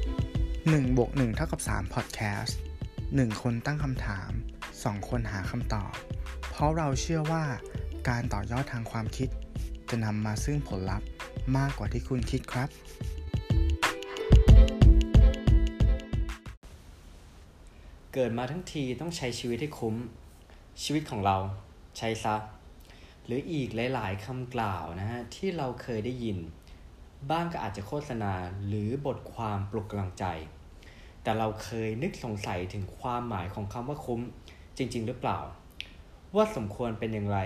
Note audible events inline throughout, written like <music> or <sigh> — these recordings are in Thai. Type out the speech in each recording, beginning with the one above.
1บวก1เท่ากับ3 Podcast 1 คนตั้งคำถาม 2 คนหาคำตอบ เพราะเราเชื่อว่าการต่อยอดทางความคิด จะนำมาซึ่งผลลัพธ์มากกว่าที่คุณคิดครับ เกิดมาทั้งทีต้องใช้ชีวิตให้คุ้ม ชีวิตของเราใช้ซะ หรืออีกหลาย ๆคำกล่าวนะฮะ ที่เราเคยได้ยิน บ้างก็อาจจะโฆษณาหรือบทความปลุกกำลังใจ แต่เราเคยนึกสงสัยถึงความหมายของคำว่าคุ้มจริง ๆ หรือเปล่า ว่าสมควรเป็นอย่างไร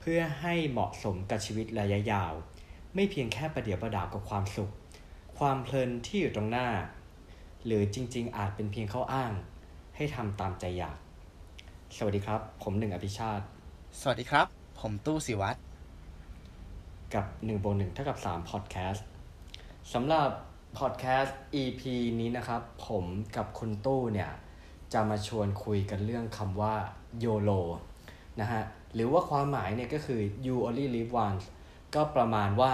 เพื่อให้เหมาะสมกับชีวิตระยะยาว ไม่เพียงแค่ประเดี๋ยวประดาวกับความสุข ความเพลินที่อยู่ตรงหน้า หรือจริง ๆ อาจเป็นเพียงข้ออ้าง ให้ทำตามใจอยาก สวัสดีครับ ผมหนึ่งอภิชาติ สวัสดีครับ ผมตู้สิวัตร กับ1นึ่งบวกหนึ่งเท่ากับ3 podcast สำหรับ podcast EP นี้นะครับ ผมกับคุณตู้เนี่ย จะมาชวนคุยกันเรื่องคำว่า YOLO นะฮะ หรือว่าความหมายเนี่ยก็คือ you only live once ก็ประมาณว่า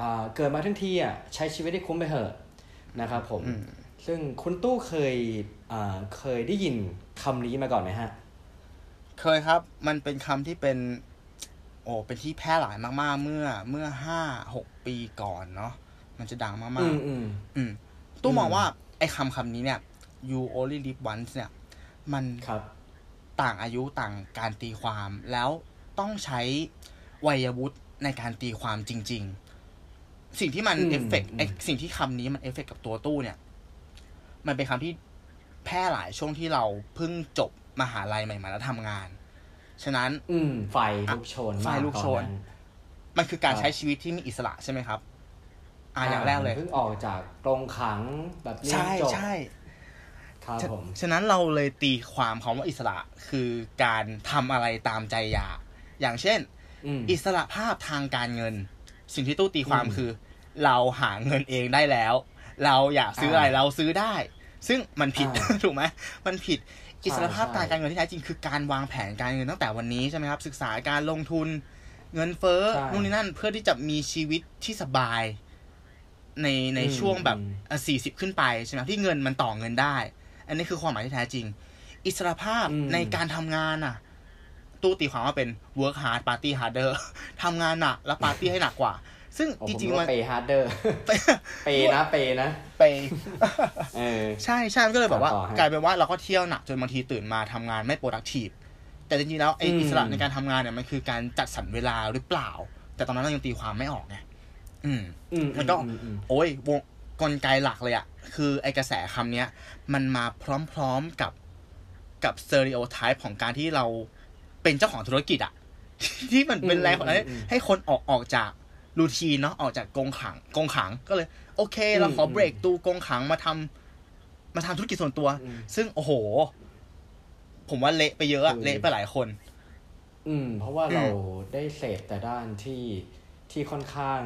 อ่าเกิดมาทั้งทีอ่ะใช้ชีวิตให้คุ้มไปเถอะนะครับผม ซึ่งคุณตู้เคยอ่าเคยได้ยินคำนี้มาก่อนไหมฮะ เคยครับ มันเป็นคำที่เป็น โอ้ เป็นที่แพร่หลายมากๆ เมื่อ เมื่อห้าหกปีก่อนเนาะ มันจะดังมากๆ อืมอืม อืมตู้มอง อืม ว่าไอ้คำคำนี้เนี่ย you only live once เนี่ย มัน ครับ ต่างอายุต่างการตีความแล้วต้องใช้วัยวุฒิในการตีความจริง ๆ สิ่งที่มัน อืม เอฟเฟกต์ อืม ไอ้สิ่งที่คำนี้มันเอฟเฟกต์กับตัวตู้เนี่ย มันเป็นคำที่แพร่หลายช่วงที่เราเพิ่งจบมหาลัยใหม่ๆแล้วทำงาน ฉะนั้น อืม ไฟลุกโชนมาก ไฟลุกโชน ตอ มันคือการ ครับ ใช้ชีวิตที่มีอิสระใช่ไหมครับ อ่าอย่างแรกเลย เพิ่งออกจากโรงขังแบบเรียน ใช่ จบ ใช่ ครับ ฉะ ผม ฉะนั้นเราเลยตีความคำว่าอิสระคือการทำอะไรตามใจอยากอย่างเช่น อืม อิสระภาพทางการเงิน สิ่งที่ตู้ตีความ อืม คือ เราหาเงินเองได้แล้ว เราอยากซื้ออะไร อ่า เราซื้อได้ ซึ่งมันผิด อ่า <laughs> ถูกไหมมันผิดอิสระภาพทางการเงินที่แท้จริงคือการวางแผนการเงินตั้งแต่วันนี้ใช่ไหมครับศึกษาการลงทุน เงินเฟ้อ ใช่ นู่นนี่นั่นเพื่อที่จะมีชีวิตที่สบาย ในใน อืม ช่วงแบบ อืม สี่สิบขึ้นไปใช่ไหมที่เงินมันต่อเงินได้ อันนี้คือความหมายที่แท้จริง อิสรภาพ อืม ในการทำงานอ่ะ ตู้ตีความว่าเป็น work hard party harder <laughs> ทำงานหนักแล้วปาร์ตี้ให้หนักกว่า ซึ่ง โอ้ จ ผม ริงๆ ว่า มัน เปย์ฮาร์ดเดอร์ เปย์นะ เปย์นะ ไป เออ ใช่ใช่มันก็เลยแบบว่า ต่อฮะ กลายเป็นว่าเราก็เที่ยวหนักจนบางทีตื่นมาทำงานไม่ productive แต่จริงๆแล้วไอ้ อืม อิสระในการทำงานเนี่ยมันคือการจัดสรรเวลาหรือเปล่า แต่ตอนนั้นเรายังตีความไม่ออกไงอืม อืม มันก็ อือืม โอ้ยวงกลไกหลักเลยอะคือไอกระแสคำเนี้ย มันมาพร้อมๆกับกับสเตอริโอไทป์ของการที่เราเป็นเจ้าของธุรกิจอะ <laughs> ที่มันเป็น อืม แรงของนั้ อืมอืม ให้คนออกออกจากรูทีนเนาะออกจากกรงขังกรงขังก็เลย โอเค เราขออ ม เบรกตูกรงขังมาทำมาทำธุรกิจส่วนตัว อืม ซึ่งโอ้โห ผมว่าเละไปเยอะอะ คือ เละไปหลายคน อืม เพราะว่าเราได้เสพแต่ด้านที่ที่ค่อนข้าง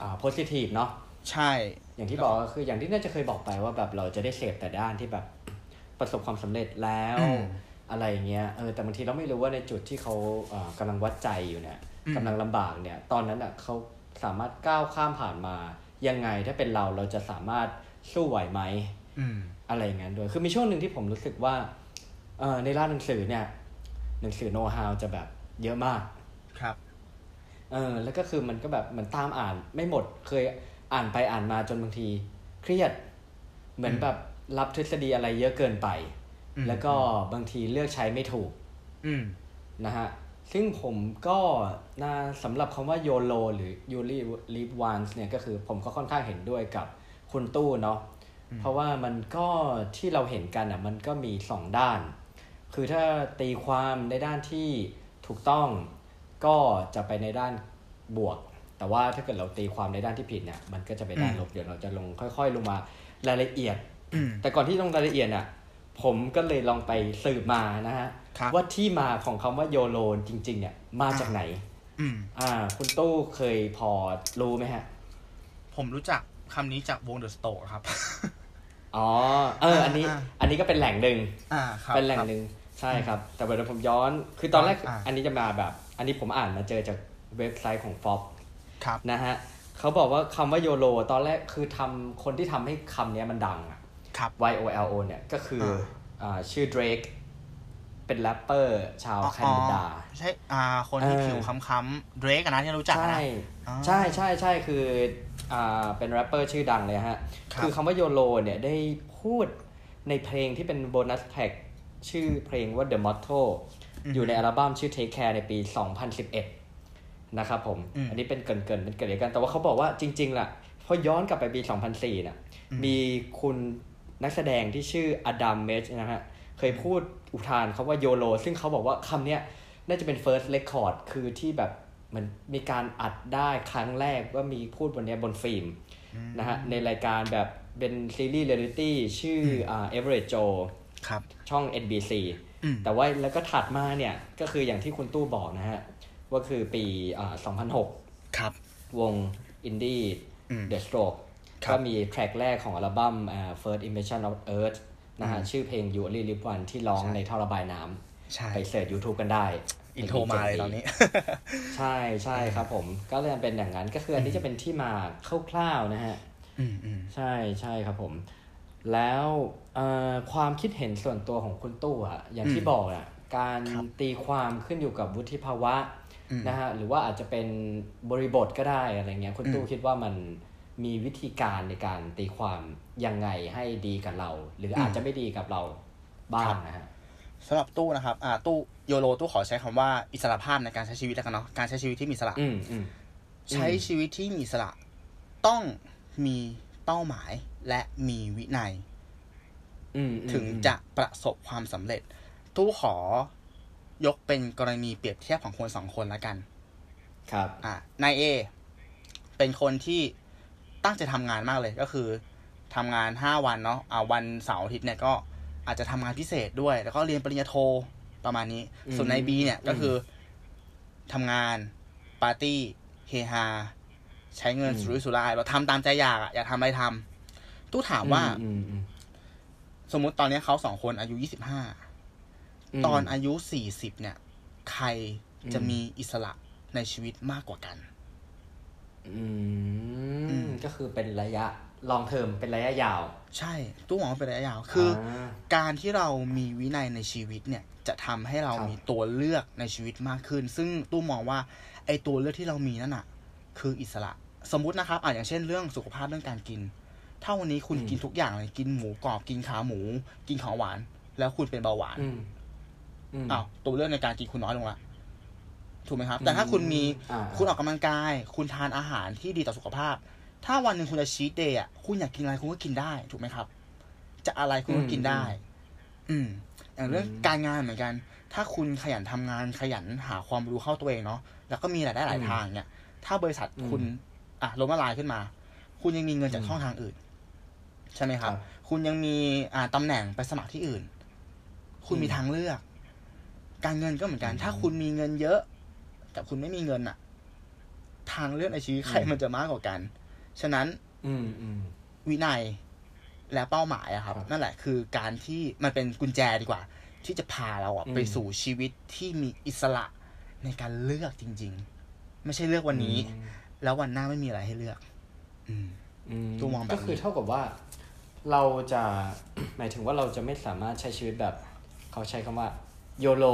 อ่าโพสิทีฟเนาะ ใช่ อย่างที่บอกก็คืออย่างที่น่าจะเคยบอกไปว่าแบบเราจะได้เสพแต่ด้านที่แบบประสบความสำเร็จแล้ว อืม อะไรอย่างเงี้ยเออแต่บางทีเราไม่รู้ว่าในจุดที่เขาเอ่อกำลังวัดใจอยู่เนี่ย อืม กำลังลำบากเนี่ย ตอนนั้นอ่ะเขาสามารถก้าวข้ามผ่านมา ยังไงถ้าเป็นเราเราจะสามารถสู้ไหวไหม อืม อะไรอย่างนั้นด้วย คือมีช่วงหนึ่งที่ผมรู้สึกว่าเออในร้านหนังสือเนี่ย หนังสือโน้ตฮาวจะแบบเยอะมาก ครับ เออแล้วก็คือมันก็แบบเหมันตามอ่านไม่หมดเคยอ่านไปอ่านมาจนบางที เครียด เหมือนแบบรับทฤษฎีอะไรเยอะเกินไป อืม แล้วก็บางทีเลือกใช้ไม่ถูก อืม นะฮะ ซึ่งผมก็นะสำหรับคำว่า YOLO หรือ You Live Once เนี่ยก็คือผมก็ค่อนข้างเห็นด้วยกับคุณตู้เนาะเพราะว่ามันก็ที่เราเห็นกันอ่ะมันก็มีสองด้าน คือถ้าตีความในด้านที่ถูกต้องก็จะไปในด้านบวก แต่ว่าถ้าเกิดเราตีความในด้านที่ผิดเนี่ยมันก็จะไปด้านลบเดี๋ยวเราจะลงค่อยๆ ลงมารายละเอียด แต่ก่อนที่ลงรายละเอียดอ่ะผมก็เลยลองไปสืบมานะฮะ ครับ ว่าที่มาของคำว่าโยโลจริง ๆ เนี่ยมาจากไหน อืม อ่า คุณตู้เคยพอรู้ไหมฮะ ผมรู้จักคำนี้จากวงเดอะสโตร์ครับ อ๋อ เออ อันนี้ อ่า อันนี้ก็เป็นแหล่งหนึ่ง อ่าครับ เป็นแหล่ง ครับ หนึ่งใช่ครับ แต่เดี๋ยวผมย้อน คือตอนแรก อ่า อันนี้จะมาแบบ อันนี้ผมอ่านมาเจอจากเว็บไซต์ของ Fox ครับ นะฮะเขาบอกว่าคำว่าโยโลตอนแรกคือทำคนที่ทำให้คำเนี้ยมันดังอะ ครับ Y O L O เนี่ย ก็คือ เออ อ่าชื่อ Drake เป็นแรปเปอร์ชาวแคนาดา ใช่อ่าคนที่ เออ ผิวค้ำๆเดรกอะนะที่เรารู้จักอะ ใช่ นะ อ๋อ ใช่ใช่ใช่คืออ่าเป็นแรปเปอร์ชื่อดังเลยฮะ ครับ อคำว่าโยโ o เนี่ยได้พูดในเพลงที่เป็นโบนัสแท็กชื่อเพลงว่า The Motto อยู่ในอัลบั้มชื่อ Take Care ในปี 2011 นะครับผม อันนี้เป็นเกรินเกินๆเป็นเกรินเดียวกัน แต่ว่าเขาบอกว่าจริงๆล่ะพอย้อนกลับไปปี 2004น่ะมีคุณนักแสดงที่ชื่ออดัมเมชนะฮะ เคยพูดอุทานคำว่าโยโ o ซึ่งเขาบอกว่าคำเนี้ยน่าจะเป็น first record คือที่แบบเหมันมีการอัดได้ครั้งแรกว่ามีพูดบนเนี้ยบนฟิล์มนะฮะ ในรายการแบบเป็นซีรีส์เรียลิตี้ชื่ออ่า Average Joe ครับ ช่อง NBC แต่ว่าแล้วก็ถัดมาเนี่ย ก็คืออย่างที่คุณตู้บอกนะฮะ ว่าคือปีอ่า2006 ครับ วง Indie The Stroke ครับ ก็มีแทร็กแรกของอัลบั้มอ่า First Impression of Earth นะฮะ ชื่อเพลง You Only Live Once ที่ร้อง ใช่ ในท่อระบายน้ ใช่ ำไปเสิร์ช YouTube กันได้ อินโทรมาเลยตอนนี้ ใช่ใช่ครับผม ก็เลยเป็นอย่างนั้นก็คืออันนี้จะเป็นที่มาคร่าวๆนะฮะ อืมอืม ใช่ใช่ครับผม แล้วเอ่อความคิดเห็นส่วนตัวของคุณตู้อะอย่างที่บอกอะการตีความขึ้นอยู่กับวุฒิภาวะนะฮะหรือว่าอาจจะเป็นบริบทก็ได้อะไรเงี้ยคุณตู้คิดว่ามันมีวิธีการในการตีความยังไงให้ดีกับเรา หรืออาจจะไม่ดีกับเราบ้างนะฮะ สำหรับตู้นะครับอ่าตู้โยโรตู้ขอใช้คำว่าอิสระภาพในการใช้ชีวิตแล้วกันเนาะการใช้ชีวิตที่มีอิสระ อืมอืม ใช้ชีวิตที่มีอิสระ ต้องมีเป้าหมายและมีวินัย อืม ถึงจะประสบความสำเร็จ ตู้ขอยกเป็นกรณีเปรียบเทียบของคนสองคนละกัน ครับ อ่ะนายเอเป็นคนที่ตั้งใจทำงานมากเลยก็คือทำงานห้าวันเนาะอ่าวันเสาร์อาทิตย์เนี่ยก็อาจจะทำงานพิเศษด้วย แล้วก็เรียนปริญญาโทประมาณนี้ อืม ส่วนนายบีเนี่ย อืม ก็คือทำงานปาร์ตี้เฮฮาใช้เงินสุรุ่ยสุร่ายเราทำตามใจอยากอะอยากทำอะไรทำตู้ถามว่า อืมอืม สมมุติตอนเนี้ยเขาสองคนอายุยี่สิบห้า ม ตอนอายุสี่สิบเนี่ย ใครจะ อืม มีอิสระในชีวิตมากกว่ากัน อืมก็คือเป็นระยะลองเทอมเป็นระยะยาว ใช่ ตู้หมองเป็นระยะยาว คืออา การที่เรามีวินัยในชีวิตเนี่ย จะทำให้เรา ครับ มีตัวเลือกในชีวิตมากขึ้น ซึ่งตู้มองว่า ไอ้ตัวเลือกที่เรามีนั่นน่ะ คืออิสระ สมมุตินะครับอ่ะอย่างเช่นเรื่องสุขภาพเรื่องการกิน ถ้าวันนี้คุณกินทุกอย่างเลย กินหมูกรอบ กินขาหมู กินของหวาน แล้วคุณเป็นเบาหวาน อืมอืม อ้าวตัวเลือกในการกินคุณน้อยลงละถูกไหมครับ แต่ถ้าคุณมี อ่า คุณออกกำลังกาย คุณทานอาหารที่ดีต่อสุขภาพ ถ้าวันหนึ่งคุณจะชีทเดย์อ่ะคุณอยากกินอะไรคุณก็กินได้ ถูกไหมครับ จะอะไรคุณก็กินได้ อืม อย่างเรื่องการงานเหมือนกัน ถ้าคุณขยันทำงานขยันหาความรู้เข้าตัวเองเนาะแล้วก็มีรายได้หลายทางเนี่ย ถ้าบริษัทคุณอ่ะล้มละลายขึ้นมา คุณยังมีเงินจากช่องทางอื่น ใช่ไหมครับ ครับ คุณยังมีอ่าตำแหน่งไปสมัครที่อื่น คุณมีทางเลือก การเงินก็เหมือนกัน ถ้าคุณมีเงินเยอะกับคุณไม่มีเงินอะทางเลือกในชีวิตใครมันจะมากกว่ากัน ฉะนั้น อืมอืม วินัยและเป้าหมายอะครับ ครับ นั่นแหละคือการที่มันเป็นกุญแจดีกว่า ที่จะพาเราอะ อืม ไปสู่ชีวิตที่มีอิสระในการเลือกจริง ๆ ไม่ใช่เลือกวันนี้ แล้ววันหน้าไม่มีอะไรให้เลือก อืม อืม ตัวมองแบบนี้ ก็คือเท่ากับว่า เราจะ <coughs> หมายถึงว่าเราจะไม่สามารถใช้ชีวิตแบบ เขาใช้คำว่า โยโล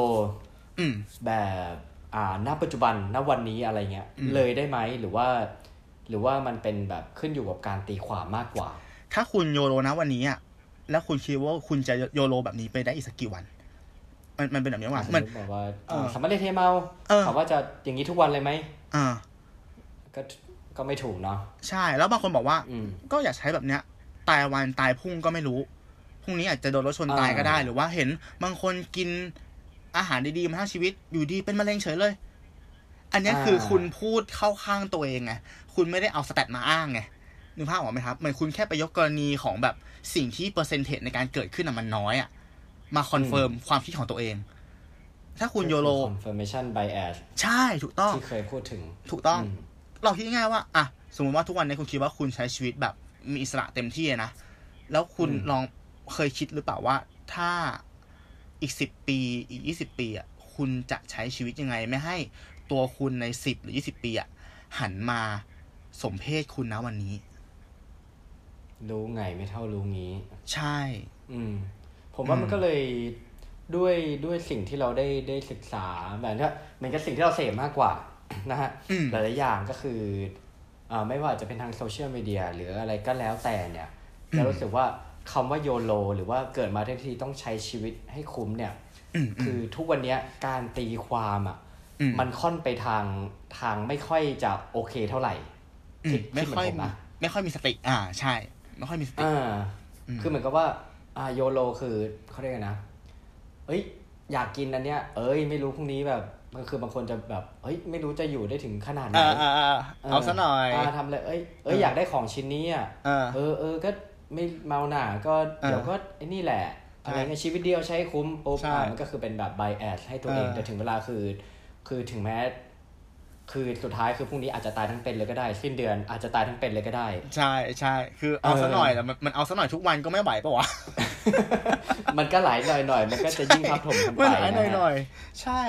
อืม แบบอ่าณปัจจุบันณวันนี้อะไรเงี้ย เลยได้ไหมหรือว่า หรือว่ามันเป็นแบบขึ้นอยู่กับการตีความมากกว่า ถ้าคุณโยโรนะวันนี้อ่ะ แล้วคุณคิดว่าคุณจะโยโรแบบนี้ไปได้อีกสักกี่วัน มันมันเป็นแบบนี้ว่ะ สม มัน มติแบบว่า เออ สามารถเล่นเทเมา เออ ถามว่าจะอย่างนี้ทุกวันเลยไหม อ่า ก็ก็ไม่ถูกเนาะ ใช่ แล้วบางคนบอกว่า อืม ก็อยากใช้แบบเนี้ย ตายวันตายพรุ่งก็ไม่รู้ พรุ่งนี้อาจจะโดนรถชนตายก็ได้ อ่า หรือว่าเห็นบางคนกินอาหารดีๆมาทั้งชีวิต อยู่ดีเป็นมะเร็งเฉยเลย อันเนี้ยคือคุณพูดเข้าข้างตัวเองไง คุณไม่ได้เอาสแตทมาอ้างไง นึกภาพออกไหมครับ เหมือนคุณแค่ไปยกกรณีของแบบสิ่งที่เปอร์เซนเทจในการเกิดขึ้นอะมันน้อยอะมาคอนเฟิร์มความคิดของตัวเอง ถ้าคุณโยโร ก็อ confirmation bias ใช่ ถูกต้อง ที่เคยพูดถึง ถูกต้อง อืม เราคิดง่ายๆว่า อ่ะ สมมติว่าทุกวันนี้คุณคิดว่าคุณใช้ชีวิตแบบมีอิสระเต็มที่อะนะ แล้วคุณลองเคยคิดหรือเปล่าว่า ถ้าอีกสิบปีอีกยี่สิบปีอ่ะ คุณจะใช้ชีวิตยังไง ไม่ให้ตัวคุณในสิบหรือยี่สิบปีอ่ะหันมาสมเพศคุณนะวันนี้ รู้ไงไม่เท่ารู้งี้ ใช่ อืม ผมว่ามันก็เลยด้วยด้วยสิ่งที่เราได้ได้ศึกษาแบบนี้มันก็สิ่งที่เราเสพมากกว่า <coughs> นะฮะหลายๆอย่างก็คืออ่าไม่ว่าจะเป็นทางโซเชียลมีเดียหรืออะไรก็แล้วแต่เนี่ยเรารู้สึกว่าคำว่าโยโลหรือว่าเกิดมาทั้งทีต้องใช้ชีวิตให้คุ้มเนี่ย อืม คือทุกวันเนี้ยการตีความอ่ะ อืม มันค่อนไปทางทางไม่ค่อยจะโอเคเท่าไหร่ อืม คิด ไม่ ดเห ค่อย นผนะ ไม่ค่อยมีสติ อ่า ใช่ ไม่ค่อยมีสติ อ่า คือเหมือนกับว่า อ่าโยโลคือเขาเรียกไงนะ เอ้ย อยากกินอันเนี้ย เอ้ย ไม่รู้พรุ่งนี้แบบมันคือบางคนจะแบบ เอ้ย ไม่รู้จะอยู่ได้ถึงขนาดไหน อ่าอ่าอ่าเอาซะหน่อย อ่าทำเลย เอ้ย เอ้ย อยากได้ของชิ้นนี้อ่ะ เออ เออเออก็ไม่เมาหนาก็ เออ เดี๋ยวก็ไอ้นี่แหละ ใช่ อะไรเงี้ยชีวิตเดียวใช้คุ้มโอบ ใช่ อ่ามันก็คือเป็นแบบไบแอสให้ตัวเอง เออ แต่ถึงเวลาคือ คือถึงแม้ คือสุดท้ายคือพรุ่งนี้อาจจะตายทั้งเป็นเลยก็ได้ สิ้นเดือนอาจจะตายทั้งเป็นเลยก็ได้ ใช่ใช่ คือเอาซะ เออ หน่อยแต่มันมันเอาซะหน่อยทุกวันก็ไม่ไหวปะวะ มันก็ไหลหน่อยหน่อยๆมันก็จะยิ่งทับถมกันไป มันหลายหน่อยห นะ น่ ฮะ อยใช่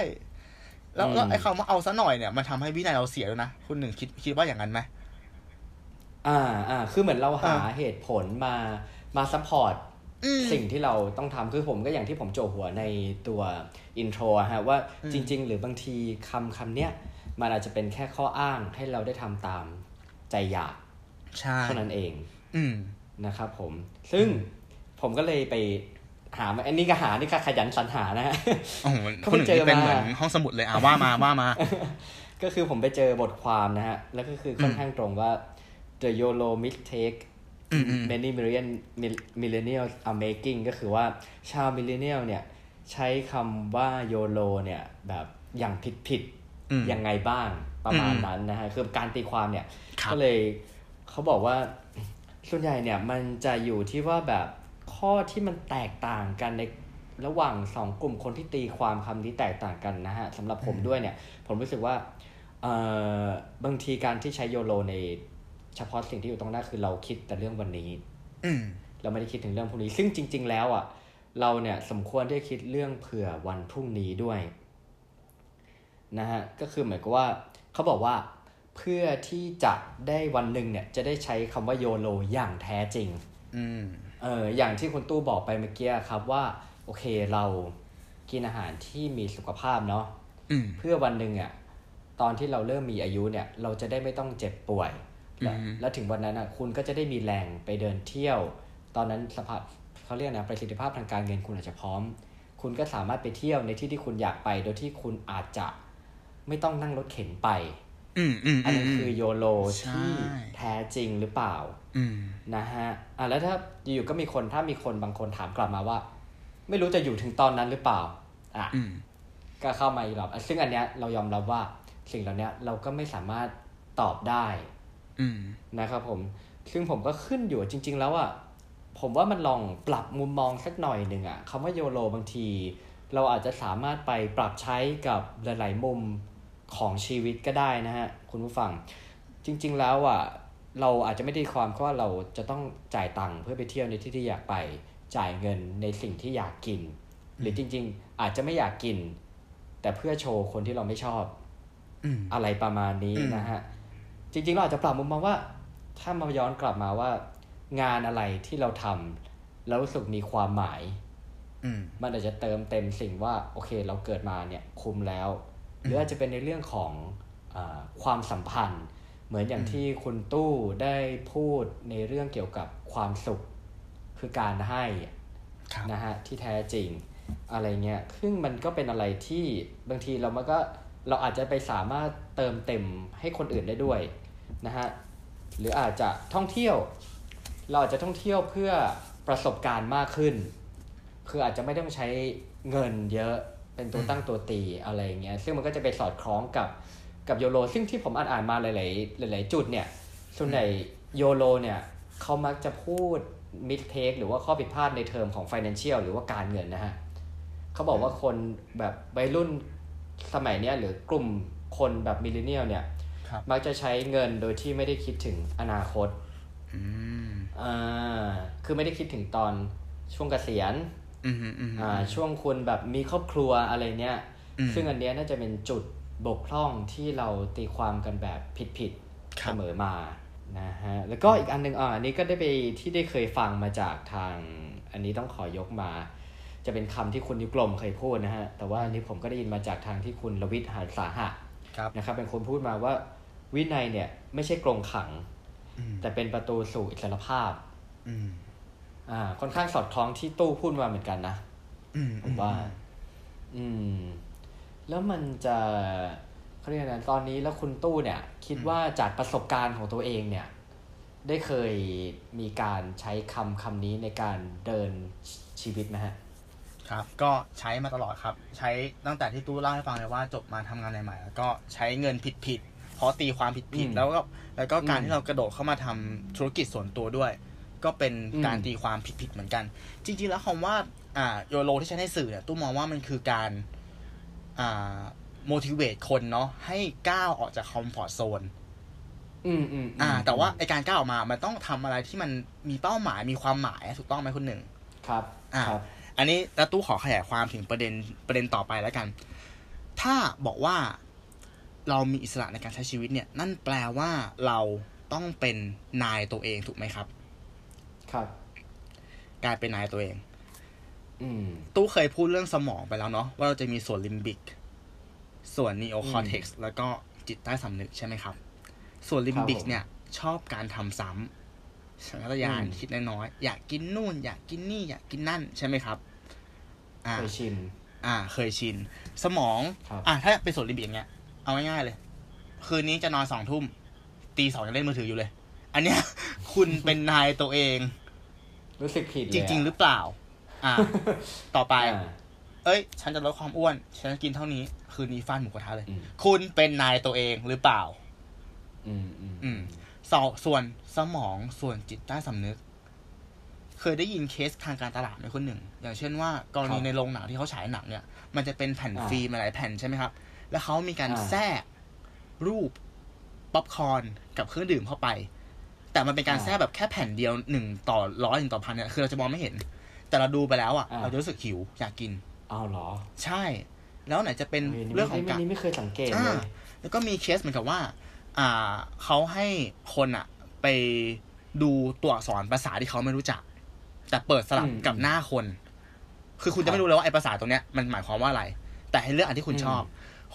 แล้วแล้ว อืม ไอ้คำว่าเอาซะหน่อยเนี่ยมันทำให้วินัยเราเสียด้วยนะ คุณหนึ่งคิดคิดว่าอย่างนั้นไหม อ่าอ่าคือเหมือนเราหา อ่า เหตุผลมา มาซัพพอร์ต อืม สิ่งที่เราต้องทำคือผมก็อย่างที่ผมโจหัวในตัวอินโทรอะฮะว่าจริง ๆ หรือบางทีคำคำเนี้ยมันอาจจะเป็นแค่ข้ออ้างให้เราได้ทำตามใจอยาก ใช่ เท่านั้นเอง อืม นะครับผม ซึ่งผมก็เลยไปหามาอันนี้ก็หานี่ก็ขยันสรรหานะฮะ <laughs> โอ้โห เขา ค เพิ่ น ง หนึ่ง เจอ นี่เป็น มา เหมือนห้องสมุดเลยอ่ะว่ามาว่ามา ก็คือผมไปเจอบทความนะฮะ แล้วก็คือค่อนข้างตรงว่า the YOLO mistake many million mil- millennials are making ก็คือว่าชาวมิลเลนเนียลเนี่ย ใช้คำว่า YOLO เนี่ย แบบอย่างผิดผิดๆ อืม ยังไงบ้างประมาณ อืม นั้นนะฮะ คือการตีความเนี่ย ครับ ก็เลยเขาบอกว่า ส่วนใหญ่เนี่ย มันจะอยู่ที่ว่าแบบข้อที่มันแตกต่างกันในระหว่างสองกลุ่มคนที่ตีความคำนี้แตกต่างกันนะฮะสำหรับผมด้วยเนี่ย ผมรู้สึกว่าเอ่อบางทีการที่ใช้โยโลในเฉพาะสิ่งที่อยู่ตรงหน้าคือเราคิดแต่เรื่องวันนี้ อืม เราไม่ได้คิดถึงเรื่องพวกนี้ ซึ่งจริง ๆ แล้วอ่ะ เราเนี่ยสมควรได้คิดเรื่องเผื่อวันพรุ่งนี้ด้วยนะฮะ ก็คือเหมือนกับว่าเขาบอกว่าเพื่อที่จะได้วันหนึ่งเนี่ยจะได้ใช้คำว่าโยโลอย่างแท้จริง อืม เอออย่างที่คุณตู้บอกไปเมื่อกี้ครับว่า โอเคเรากินอาหารที่มีสุขภาพเนาะ อืม เพื่อวันหนึ่งอ่ะตอนที่เราเริ่มมีอายุเนี่ย เราจะได้ไม่ต้องเจ็บป่วย และ อือฮึ และถึงวันนั้นอ่ะคุณก็จะได้มีแรงไปเดินเที่ยว ตอนนั้นสภาพเขาเรียกนะประสิทธิภาพทางการเงินคุณอาจจะพร้อม คุณก็สามารถไปเที่ยวในที่ที่คุณอยากไป โดยที่คุณอาจจะไม่ต้องนั่งรถเข็นไป อืมอืม อัน อืม นั้นคือโยโล ใช่ ที่แท้จริงหรือเปล่า อืม นะฮะ อ่ะแล้วถ้าอยู่ๆก็มีคนถ้ามีคนบางคนถามกลับมาว่า ไม่รู้จะอยู่ถึงตอนนั้นหรือเปล่า อ่ะ อืม ก็เข้ามาอีกรอบอ่ะซึ่งอันเนี้ยเรายอมรับว่าสิ่งเหล่าเนี้ยเราก็ไม่สามารถตอบได้ อืม นะครับผม ซึ่งผมก็ขึ้นอยู่จริง ๆ แล้วอ่ะ ผมว่ามันลองปรับมุมมองสักหน่อยหนึ่งอ่ะคำว่าโยโลบางที เราอาจจะสามารถไปปรับใช้กับหลาย ๆ มุมของชีวิตก็ได้นะฮะ คุณผู้ฟัง จริง ๆ แล้วอ่ะเราอาจจะไม่ได้ความเพราะว่าเราจะต้องจ่ายตังค์เพื่อไปเที่ยวในที่ที่อยากไปจ่ายเงินในสิ่งที่อยากกิน หรือจริง ๆ อาจจะไม่อยากกิน แต่เพื่อโชว์คนที่เราไม่ชอบ อืม อะไรประมาณนี้นะฮะ จริง ๆ เราอาจจะปรับมุมมองว่า ถ้ามาย้อนกลับมาว่า งานอะไรที่เราทำแล้วรู้สึกมีความหมาย อืม มันอาจจะเติมเต็มสิ่งว่าโอเคเราเกิดมาเนี่ยคุมแล้ว หรืออาจจะเป็นในเรื่องของอาความสัมพันธ์ เหมือนอย่างที่คุณตู้ได้พูดในเรื่องเกี่ยวกับความสุข คือการให้ ครับ นะฮะที่แท้จริงอะไรเงี้ยซึ่งมันก็เป็นอะไรที่บางทีเรามันก็เราอาจจะไปสามารถเติมเต็มให้คนอื่นได้ด้วยนะฮะหรืออาจจะท่องเที่ยว เราอาจจะท่องเที่ยวเพื่อประสบการณ์มากขึ้น คืออาจจะไม่ต้องใช้เงินเยอะเป็นตัวตั้งตัวตีอะไรอย่างเงี้ยซึ่งมันก็จะไปสอดคล้องกับกับโยโลซึ่งที่ผมอ่านอ่านๆมาหลาย ๆ หลาย ๆ จุดเนี่ย ส่วนใหญ่โยโลเนี่ยเขามักจะพูดมิดเทคหรือว่าข้อผิดพลาดในเทอมของ financial หรือว่าการเงินนะฮะเขาบอกว่าคนแบบวัยรุ่นสมัยเนี้ยหรือกลุ่มคนแบบมิลเลนเนียลเนี่ย ครับ มักจะใช้เงินโดยที่ไม่ได้คิดถึงอนาคต อืม อ่า คือไม่ได้คิดถึงตอนช่วงเกษียณ อืม อืม อ่า ช่วงคุณแบบมีครอบครัวอะไรเนี้ย ซึ่งอันเนี้ยน่าจะเป็นจุดบกพร่องที่เราตีความกันแบบผิด ค ๆ รั เส บ มอมา นะฮะแล้วก็อีกอันหนึ่งอ่าอันนี้ก็ได้ไปที่ได้เคยฟังมาจากทาง อันนี้ต้องขอยกมา จะเป็นคำที่คุณยุกลมเคยพูดนะฮะ แต่ว่าอันนี้ผมก็ได้ยินมาจากทางที่คุณรวิทย์หานสาหะ ครับ นะครับ เป็นคนพูดมาว่าวินัยเนี่ยไม่ใช่กรงขัง อืม แต่เป็นประตูสู่อิสรภาพ อืม อ่าค่อนข้างสอดคล้องที่ตู้พูดมาเหมือนกันนะ อืม ผมว่า อืม แล้วมันจะเขาเรียกอะไรนะตอนนี้แล้วคุณตู้เนี่ย คิดว่าจากประสบการณ์ของตัวเองเนี่ย ได้เคยมีการใช้คำคำนี้ในการเดินชีวิตไหมฮะ ครับ ก็ใช้มาตลอดครับ ใช้ตั้งแต่ที่ตู้เล่าให้ฟังเลยว่าจบมาทำงานใหม่ๆแล้วก็ใช้เงินผิดๆเพราะตีความผิด อืม ๆแล้วก็แล้วก็การ อืม ที่เรากระโดดเข้ามาทำธุรกิจส่วนตัวด้วย ก็เป็น อืม การตีความผิดๆเหมือนกัน จริงๆแล้วคำว่าอ่าโยโลที่ใช้ในสื่อเนี่ยตู้มองว่ามันคือการอ่า motivate คนเนาะให้ก้าวออกจากคอมฟอร์ z โซน อืมอืมม อ่า แต่ว่าไอการก้าวออกมา มันต้องทำอะไรที่มันมีเป้าหมายมีความหมายถูกต้องไหมคุณหนึ่ง ครับ อ่า ครับ อันนี้แล้วตู้ขอขยายความถึงประเด็นประเด็นต่อไปแล้วกัน ถ้าบอกว่าเรามีอิสระในการใช้ชีวิตเนี่ย นั่นแปลว่าเราต้องเป็นนายตัวเองถูกไหมครับ ครับ กลายเป็นนายตัวเอง อืม ตู้เคยพูดเรื่องสมองไปแล้วเนาะว่าเราจะมีส่วนลิมบิก ส่วนนีโอคอเท็กซ์แล้วก็จิตใต้สำนึกใช่ไหมครับ ส่วนลิมบิก ครับผม เนี่ย ชอบการทำซ้ำสัญชาตญาณ อืม คิดน้อยๆอยากกินนู่น อยากกินนี่ อยากกินนั่นใช่ไหมครับอ่า เคยชิน อ่า เคยชิน สมอง ครับ อ่าถ้าเป็นส่วนลิมบิกอย่างเงี้ยเอาง่ายๆเลย คืนนี้จะนอนสองทุ่มตีสองยังเล่นมือถืออยู่เลย อันเนี้ย <laughs> คุณเป็นนายตัวเอง รู้สึกผิดเลย จ อะ ริง ๆ หรือเปล่า อ่า ต่อไป อ่า เอ้ย ฉันจะลดความอ้วน ฉันจะกินเท่านี้ คืนนี้ฟาดหมูกระทะเลย อืม คุณเป็นนายตัวเองหรือเปล่า อืมอืม อืมสองส่วนสมองส่วนจิตใต้สำนึก เคยได้ยินเคสทางการตลาดไหมคนหนึ่ง อย่างเช่นว่ากรณีในโรงหนังที่เขาฉายหนังเนี่ย มันจะเป็นแผ่นฟิล์มหลายแผ่นใช่ไหมครับ แล้วเขามีการแทรกรูปป๊อปคอร์นกับเครื่องดื่มเข้าไป แต่มันเป็นการแทรกแบบแค่แผ่นเดียวหนึ่งต่อร้อยหนึ่งต่อพันเนี่ยคือเราจะมองไม่เห็น แต่เราดูไปแล้วอ่ะ เราจะรู้สึกหิวอยากกิน เอาเหรอ ใช่ แล้วไหนจะเป็น ยนี่ เรื่องของ ไม่ การ นี่ไม่เคยสังเกตเล อ่าย แล้วก็มีเคสเหมือนกับว่า อ่า เขาให้คนอะไปดูตัวอักษรภาษาที่เขาไม่รู้จัก แต่เปิดสลับ อืม กับหน้าคน คือคุณ ครั จะ บ ไม่รู้เลยว่าไอ้ภาษาตรงเนี้ยมันหมายความว่าอะไร แต่ให้เลือกอันที่คุณ อืม ชอบ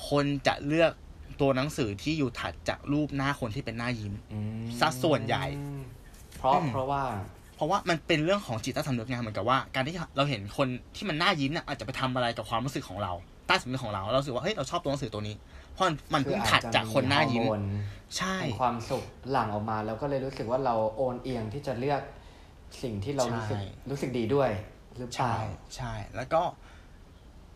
คนจะเลือกตัวหนังสือที่อยู่ถัดจากรูปหน้าคนที่เป็นหน้ายิ้ม อืม สัดส่วนใหญ่ เพราะ อืม เพราะว่า เพราะว่ามันเป็นเรื่องของจิตใต้สำนึกไงานเหมือนกับว่า การที่เราเห็นคนที่มันหน้ายิ้มเนี่ยอาจจะไปทำอะไรกับความรู้สึกของเราใต้สำนึกของเราเรารู้สึกว่าเฮ้ยเราชอบตัวหนังสือตัวนี้ เพราะมันมัน คือ เพิ่ง อา ถั จ ด จะ จากคนหน้ายิ้ม ฮอร์โม ใช่ เป็นความสุขหลั่งออกมาแล้วก็เลยรู้สึกว่าเราโอนเอียงที่จะเลือกสิ่งที่เรารู้สึก ใช่ รู้สึกดีด้วย หรือเป ใช่ ล่า ใช่แล้วก็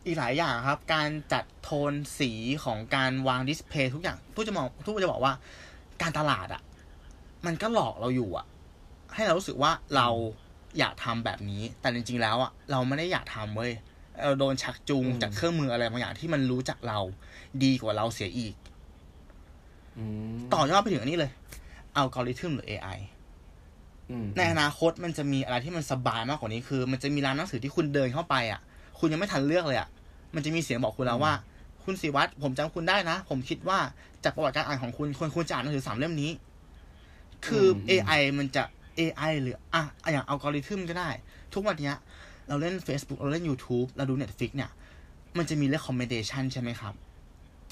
อีกหลายอย่างครับ การจัดโทนสีของการวางดิสเพลย์ทุกอย่างผู้จะมองผู้จะบอกว่า การตลาดอะ่ะ มันก็หลอกเราอยู่อะ่ะ ให้เรารู้สึกว่าเราอยากทำแบบนี้ แต่จริงๆแล้วอะ่ะ เราไม่ได้อยากทำเว้ยเราโดนชักจูงจากเครื่องมืออะไรบางอย่างที่มันรู้จักเราดีกว่าเราเสียอีก อืม ต่อยอดไปถึงอันนี้เลยเอากริทึมหรือ AI อืม ในอนาคตมันจะมีอะไรที่มันสบายมากกว่านี้คือ มันจะมีร้านหนังสือที่คุณเดินเข้าไปอ่ะ คุณยังไม่ทันเลือกเลยอ่ะ มันจะมีเสียงบอกคุณแล้วว่า คุณศิวัตรผมจำคุณได้นะ ผมคิดว่าจากประวัติการอ่านของคุณควรควรจะอ่านหนังสือสามเล่มนี้ คือ AI มันจะ AI หรืออ่ะอ่ะอย่างอัลกอริทึมก็ได้ ทุกวันเนี้ย เราเล่น Facebook เราเล่น YouTube เราดู Netflix เนี่ย มันจะมี recommendation ใช่ไหมครับ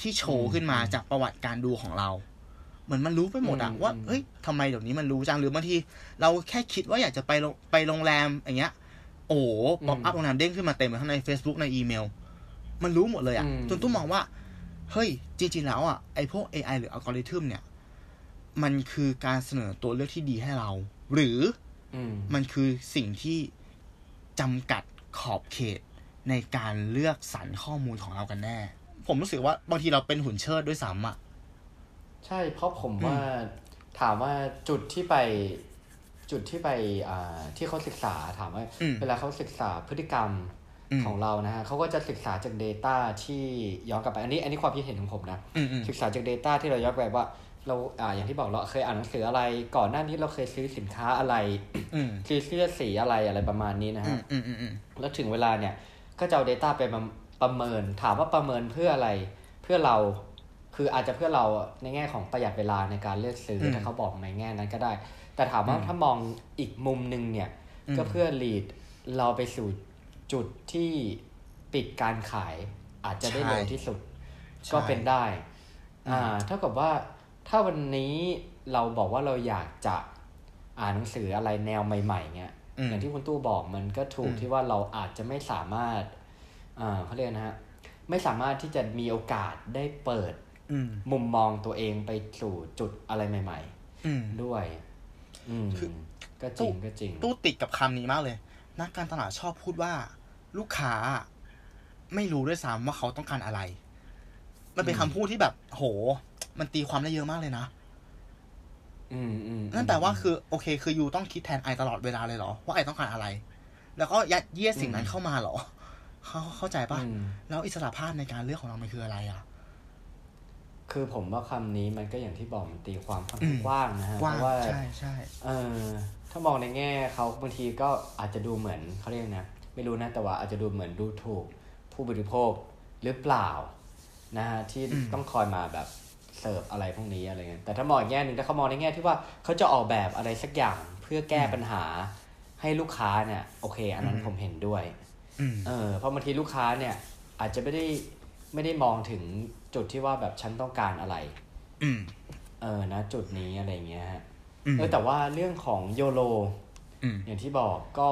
ที่โชว์ขึ้นมาจากประวัติการดูของเรา เหมือนมันรู้ไปหมดอะว่าเฮ้ยทำไมเดี๋ยวนี้มันรู้จังหรือบางที เราแค่คิดว่าอยากจะไปโรงไปโรงแรมอย่างเงี้ย โอ้ป๊อปอัพโรงแรมเด้งขึ้นมาเต็มเลยทั้งใน Facebook ในอีเมล มันรู้หมดเลยอะจนตุ้มมองว่า เฮ้ย จริง ๆ แล้วอ่ะ ไอพวก AI หรืออัลกอริทึมเนี่ย มันคือการเสนอตัวเลือกที่ดีให้เรา หรือ อืม มันคือสิ่งที่จำกัดขอบเขตในการเลือกสรรข้อมูลของเรากันแน่ ผมรู้สึกว่าบางทีเราเป็นหุ่นเชิดด้วยซ้ำอ่ะ ใช่เพราะผมว่าถามว่าจุดที่ไปจุดที่ไปอ่าที่เขาศึกษาถามว่า อืม เวลาเขาศึกษาพฤติกรรม อืม ของเรานะฮะเขาก็จะศึกษาจาก Data ที่ย้อนกลับไปอันนี้ อันนี้ความคิดเห็นของผมนะ อืมอืม ศึกษาจาก Data ที่เราย้อนไปว่าเราอ่าอย่างที่บอกเราเคยอ่านหนังสืออะไร ก่อนหน้านี้เราเคยซื้อสินค้าอะไร อืม ซื้อเสื้อสีอะไรอะไรประมาณนี้นะ อื ฮะ มอืมอืมอืม แล้วถึงเวลาเนี่ยก็จะเอา Data ไปประประเมิน ถามว่าประเมินเพื่ออะไร เพื่อเรา คืออาจจะเพื่อเราอะในแง่ของประหยัดเวลาในการเลือกซื้ออ ม ถ้าเขาบอกในแง่นั้นก็ได้ แต่ถามว่าถ้ามองอีกมุมหนึ่งเนี่ย อืม ก็เพื่อ lead เราไปสู่จุดที่ปิดการขายอาจจะได้เร็วที่สุด ใช่ ก็เป็นได้ อ่า เท่ากับว่าถ้าวันนี้เราบอกว่าเราอยากจะอ่านหนังสืออะไรแนวใหม่ ๆ เงี้ย อืม อย่างที่คุณตู้บอกมันก็ถูก อืม ที่ว่าเราอาจจะไม่สามารถ อ่าเขาเรียกนะฮะ ไม่สามารถที่จะมีโอกาสได้เปิด อืม มุมมองตัวเองไปสู่จุดอะไรใหม่ อืม ๆ ด้วย อืม คือ ก็จริงก็จริง ตู้ติดกับคำนี้มากเลย นักการตลาดชอบพูดว่า ลูกค้าไม่รู้ด้วยซ้ำว่าเขาต้องการอะไร มันเป็น อืม คำพูดที่แบบ โห มันตีความได้เยอะมากเลยนะ อืมอืม นั่นแปลว่าคือโอเค คือยูต้องคิดแทนไอตลอดเวลาเลยเหรอ ว่าไอต้องการอะไร แล้วก็ยัดเยียดสิ่งนั้นเข้ามาเหรอ เขาเข้าใจปะ อืม แล้วอิสระภาพในการเลือกของเรามันคืออะไรอ่ะ คือผมว่าคำนี้มันก็อย่างที่บอกมันตีความค่อน อื ข้าง ม กว้างนะฮะ ก เพ ว้าง ราะว่า ใช่ใช่ เออถ้ามองในแง่เขาบางทีก็อาจจะดูเหมือนเขาเรียกนะ ไม่รู้นะแต่ว่าอาจจะดูเหมือนดูถูกผู้บริโภคหรือเปล่านะฮะที่ต้องคอยมาแบบเสิร์ฟอะไรพวกนี้อะไรเงี้ยแต่ถ้ามองอีกแง่หนึ่งถ้าเขามองในแง่ที่ว่าเขาจะออกแบบอะไรสักอย่างเพื่อแก้ปัญหาให้ลูกค้าเนี่ยโอเค อันนั้นผมเห็นด้วย อืม เออเพราะบางทีลูกค้าเนี่ยอาจจะไม่ได้ไม่ได้มองถึงจุดที่ว่าแบบฉันต้องการอะไร อืม เออนะจุดนี้อะไรอย่างเงี้ยฮะ อืม เออแต่ว่าเรื่องของโยโล อืม อย่างที่บอกก็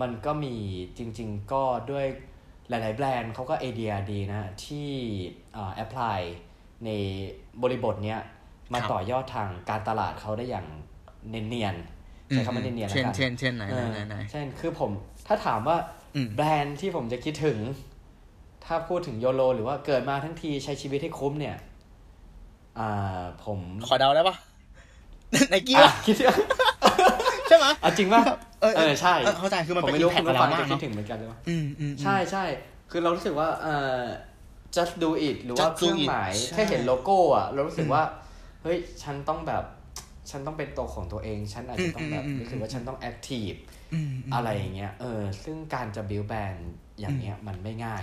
มันก็มีจริง ๆ ก็ด้วยหลาย ๆ แบรนด์เขาก็ไอเดียดีนะฮะที่แอพพลายในบริบทเนี้ยมา ครับ ต่อยอดทางการตลาดเขาได้อย่างเนียนๆใช้คำว่าเนียนๆแล้ว เช่น กัน เช่นเช่นไหนไหนไหนไหน เออเช่น คือผม ถ้าถามว่า อืม แบรนด์ที่ผมจะคิดถึง ถ้าพูดถึงโยโล หรือว่าเกิดมาทั้งทีใช้ชีวิตให้คุ้มเนี่ย อ่า ผม ขอเดาได้ปะ ไนกี้ อ่ะ ปะ คิด ใช่ไหม อ่ะจริงป่ะ เออ เออ ใช่ เออเข้าใจคือมัน ผ เป็น ไม่รู้ impact คุณผู้ฟัง กับเรามาก จะ เน คิ อะ ดถึงเหมือนกันหรือเปล่า อืมอืม ใช่ใช่ คือเรารู้สึกว่าเอ่อ just do it หรือว่า Just do เครื่องหมาย it ใช่ แค่เห็นโลโก้อ่ะ เรารู้สึกว่า เฮ้ย ฉันต้องแบบ ฉันต้องเป็นตัวของตัวเอง ฉันอาจจะต้องแบบรู้สึกว่าฉันต้อง active อืม อะไรอย่างเงี้ย เออ ซึ่งการจะบิวแบรนด์อย่างเงี้ยมันไม่ง่าย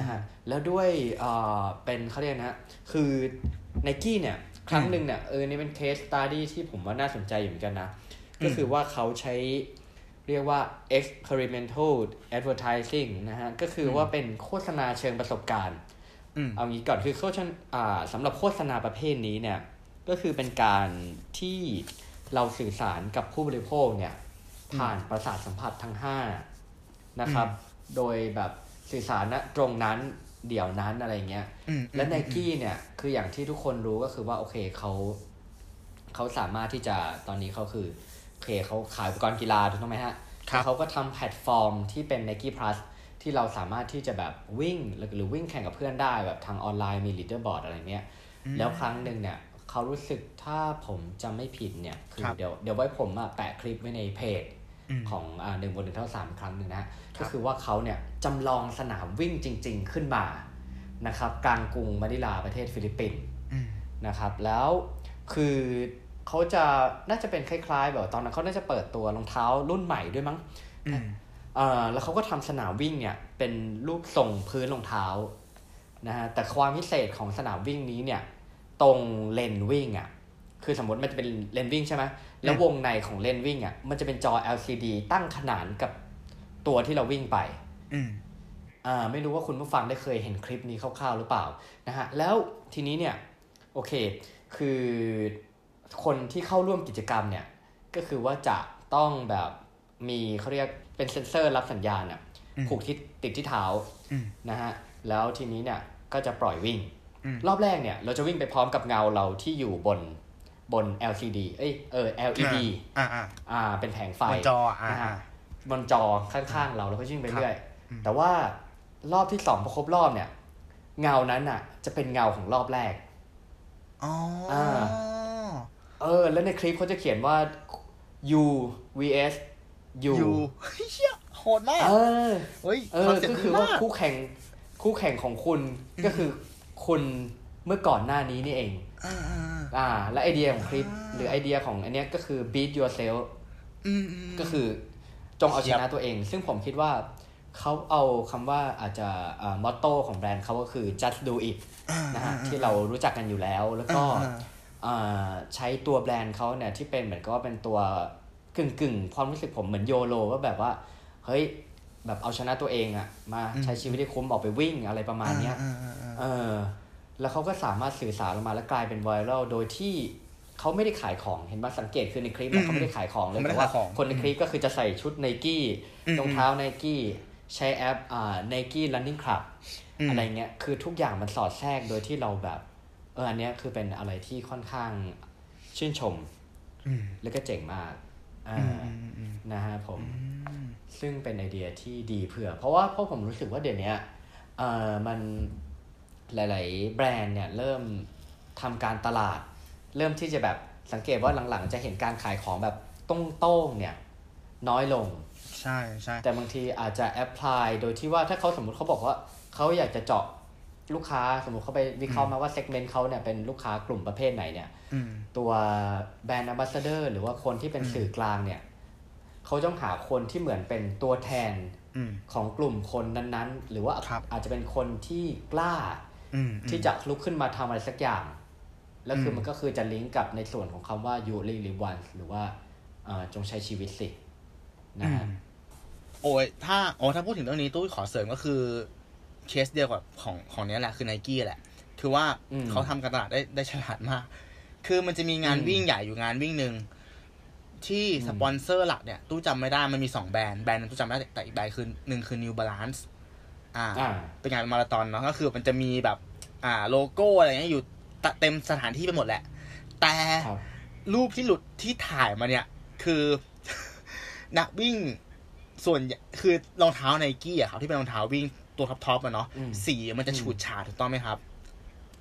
นะฮะ แล้วด้วย เอ่อ เป็นเขาเรียกนะ คือ n นกี้เนี่ย ครั้งหนึ่งเนี่ย เออ นี่เป็นเคสตาดี้ที่ผมว่าน่าสนใจอยู่เหมือนกันนะ ก็คือว่าเขาใช้เรียกว่า experimental advertising นะฮะ ก็คือว่าเป็นโฆษณาเชิงประสบการณ์ อืม เอางี้ก่อนคือโฆษณาอ่าสำหรับโฆษณาประเภทนี้เนี่ย ก็คือเป็นการที่เราสื่อสารกับผู้บริโภคเนี่ย ผ่านประสาทสัมผัสทั้งห้านะครับ โดยแบบสื่อสารณตรงนั้นเดี๋ยวนั้นอะไรเงี้ย อืม และไนกี้เนี่ย คืออย่างที่ทุกคนรู้ก็คือว่าโอเคเขาเขาสามารถที่จะตอนนี้เขาคือโอเคเขาขายอุปกรณ์กีฬาถูกต้องไหมฮะ ครับ เขาก็ทำแพลตฟอร์มที่เป็น n i k e Plus ที่เราสามารถที่จะแบบวิ่งหรือหรือวิ่งแข่งกับเพื่อนได้แบบทางออนไลน์มีลีดเดอร์บอร์ดอะไรเนี้ยแล้วครั้งหนึ่งเนี่ยเขารู้สึกถ้าผมจำไม่ผิดเนี่ย คือ ครับ เดี๋ยวเดี๋ยวไว้ผมอะแปะคลิปไว้ในเพจ อืม ของอ่าหนึ่งบนหนึ่งเท่าสามครั้งหนึ่งนะ ก็คือว่าเขาเนี่ยจำลองสนามวิ่งจริง ๆ ขึ้นมา นะครับกลางกรุงมะนิลาประเทศฟิลิปปินส์ อืม นะครับแล้วคือเขาจะน่าจะเป็นคล้ายๆ แบบตอนนั้นเขาน่าจะเปิดตัวรองเท้ารุ่นใหม่ด้วยมั้ง อืม เอ่อแล้วเขาก็ทำสนามวิ่งเนี่ยเป็นรูปทรงพื้นรองเท้านะฮะแต่ความพิเศษของสนามวิ่งนี้เนี่ยตรงเลนวิ่งอ่ะคือสมมติมันจะเป็นเลนวิ่งใช่ไหมแล้ววงในของเลนวิ่งอ่ะมันจะเป็นจอ LCD ตั้งขนานกับตัวที่เราวิ่งไป อืม อ่าไม่รู้ว่าคุณผู้ฟังได้เคยเห็นคลิปนี้คร่าวๆหรือเปล่านะฮะแล้วทีนี้เนี่ยโอเค คือคนที่เข้าร่วมกิจกรรมเนี่ย ก็คือว่าจะต้องแบบมีเขาเรียกเป็นเซ็นเซอร์รับสัญญาณอะผูกที่ติดที่เท้า อืม นะฮะแล้วทีนี้เนี่ยก็จะปล่อยวิ่ง อืม รอบแรกเนี่ย เราจะวิ่งไปพร้อมกับเงาเราที่อยู่บนบน LCD เอ้ยเออ LED อ่าอ่า อ่าเป็นแผงไฟ บนจออ่า ฮะบนจอข้างๆเราแล้วก็ยิ่งไปเรื่อย อืม แต่ว่ารอบที่สองพอครบรอบเนี่ย เงานั้นอ่ะ จะเป็นเงาของรอบแรก อ๋ออา เออ แล้วในคลิปเขาจะเขียนว่า u vs u อยู่เชี่ยโหดมาก เออ เฮ้ย เออ คอนเซ็ป ก็ ต์ดี คือว่าม าก คู่แข่งคู่แข่งของคุณก็คือคุณเมื่อก่อนหน้านี้นี่เอง อ่าอ่าอ่า อ่า และไอเดียของคลิป หรือไอเดียของอันเนี้ยก็คือ beat yourself อืมอืม ก็คือจงเอาชนะตัวเอง ซึ่งผมคิดว่า เขาเอาคำว่าอาจจะมอตโต้ของแบรนด์เขาก็คือ just do it นะฮะที่เรารู้จักกันอยู่แล้วแล้วก็ อ่า อ่าใช้ตัวแบรนด์เขาเนี่ยที่เป็นเหมือนก็เป็นตัวกึ่งกึ่งๆความรู้สึกผมเหมือนโยโลว่าแบบว่าเฮ้ยแบบเอาชนะตัวเองอะมาใช้ชีวิตให้คุ้มออกไปวิ่งอะไรประมาณเนี้ย อ่าอ่าอ่า เออแล้วเขาก็สามารถสื่อสารออกมาแล้วกลายเป็นไวรัลโดยที่เขาไม่ได้ขายของเห็นไหมสังเกตคือในคลิปเนี่ยเขาไม่ได้ขายของเลย เขาไม่ได้ แต่ว่า ขายของ คนในคลิปก็คือจะใส่ชุดไนกี้ อืม รองเท้าไนกี้ใช้แอปอ่าไนกี้ running club อืม อะไรเงี้ยคือทุกอย่างมันสอดแทรกโดยที่เราแบบ เอออันเนี้ยคือเป็นอะไรที่ค่อนข้างชื่นชม อืม แล้วก็เจ๋งมาก อ่า อืมอืมอืม นะฮะผม อืม ซึ่งเป็นไอเดียที่ดีเผื่อ เพราะว่าเพราะผมรู้สึกว่าเดี๋ยวเนี้ยเอ่อมันหลาย ๆ แบรนด์เนี่ยเริ่มทำการตลาด เริ่มที่จะแบบสังเกตว่าหลัง ๆ จะเห็นการขายของแบบโต้งๆเนี่ย น้อยลง ใช่ใช่ แต่บางทีอาจจะแอพพลายโดยที่ว่าถ้าเขาสมมติเขาบอกว่าเขาอยากจะเจาะลูกค้าสมมติเขาไปวิเคราะห์มาว่าเซกเมนต์เขาเนี่ยเป็นลูกค้ากลุ่มประเภทไหนเนี่ย อืม ตัวแบรนด์ a m b a s s a d o r หรือว่าคนที่เป็นสื่อกลางเนี่ยเขาต้องหาคนที่เหมือนเป็นตัวแทน อืม ของกลุ่มคนนั้นๆ หรือว่า ครับ อาจจะเป็นคนที่กล้า อืมอืม ที่จะลุกขึ้นมาทำอะไรสักอย่าง แล้วคืออ ม มันก็คือจะลิงก์กับในส่วนของคำว่า you live live once หรือว่าเอ่อจงใช้ชีวิตสินะฮะ โอ้ยถ้าโอ้ถ้าพูดถึงเรื่องนี้ตู้ขอเสริมก็คือ เคสเดียวกับของของเนี้ยแหละคือไนกี้แหละ คือว่า อืม เขาทำการตลาดได้ได้ฉลาดมาก คือมันจะมีงาน อืม วิ่งใหญ่อยู่งานวิ่งหนึ่งที่ อืม สปอนเซอร์หลักเนี่ย ตู้จำไม่ได้มันมีสองแบรนด์แบรนด์หนึงตู้จำไม่ได้แต่แต่อีกแบรนด์คือหนึ่งคือ New Balance อ่า อ่า เป็นงานมาราธอนเนาะก็คือมันจะมีแบบ อ่าโลโก้อะไรเงี้ยอยู่ตะเต็มสถานที่ไปหมดแหละ แต่ ครับ รูปที่หลุดที่ถ่ายมาเนี่ย คือ <laughs> นักวิ่งส่วนใหญ่คือรองเท้าไนกี้อะครับที่เป็นรองเท้าวิ่งตัวท็อปทอปอะเนาะ อืม สีมันจะฉูดฉาดถูกต้องไหมครับ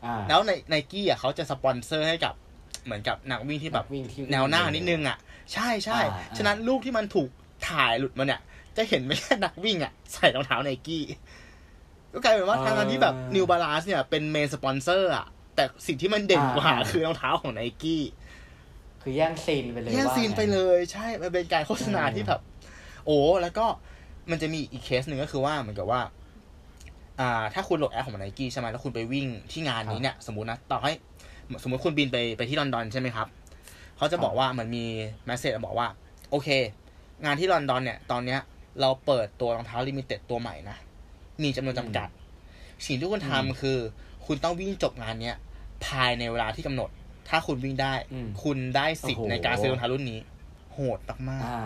อ่า แล้วในไนกี้อะเขาจะสปอนเซอร์ให้กับเหมือนกับนักวิ่งที่แบบ วิ่งที่ แนวหน้านิดนึงอ่ะ ใช่ใช่ อ่าอ่า ฉะนั้นรูปที่มันถูกถ่ายหลุดมาเนี่ย จะเห็นไม่แค่ <laughs> นักวิ่งอ่ะ ใส่รองเท้าไนกี้ ก็กลายเป็นว่าทางๆที่แบบ New Balance เนี่ยเป็นเมนสปอนเซอร์อ่ะ แต่สิ่งที่มันเด่นกว่าคือรองเท้าของไนกี้ คือแย่งซีนไปเลย แย่ง ว่า ซีนไป งั้ เลยใช่มันเป็นการโฆษณา อืม ที่แบบ โอ้ แล้วก็มันจะมีอีกเคสหนึ่งก็คือว่าเหมือนกับว่า อ่า ถ้าคุณโหลดแอปของไนกี้ใช่ไหมแล้วคุณไปวิ่งที่งานนี้เนี่ย สมมตินะต่อให้สมมติคุณบินไปไปที่ลอนดอนใช่ไหมครับ เขาจะบอกว่าเหมันมีแมสเซจบอกว่า โอเค งานที่ลอนดอนเนี่ย ตอนเนี้ย เราเปิดตัวรองเท้าลิมิเต็ดตัวใหม่นะ มีจำนวนจำกัด สิ่งที่คุณทำคือ คุณต้องวิ่งจบงานเนี้ยภายในเวลาที่กำหนด ถ้าคุณวิ่งได้ อืม คุณได้สิทธิ์ โอ้โห ในการซื้อรองเท้ารุ่นนี้ โหดมาก อ่า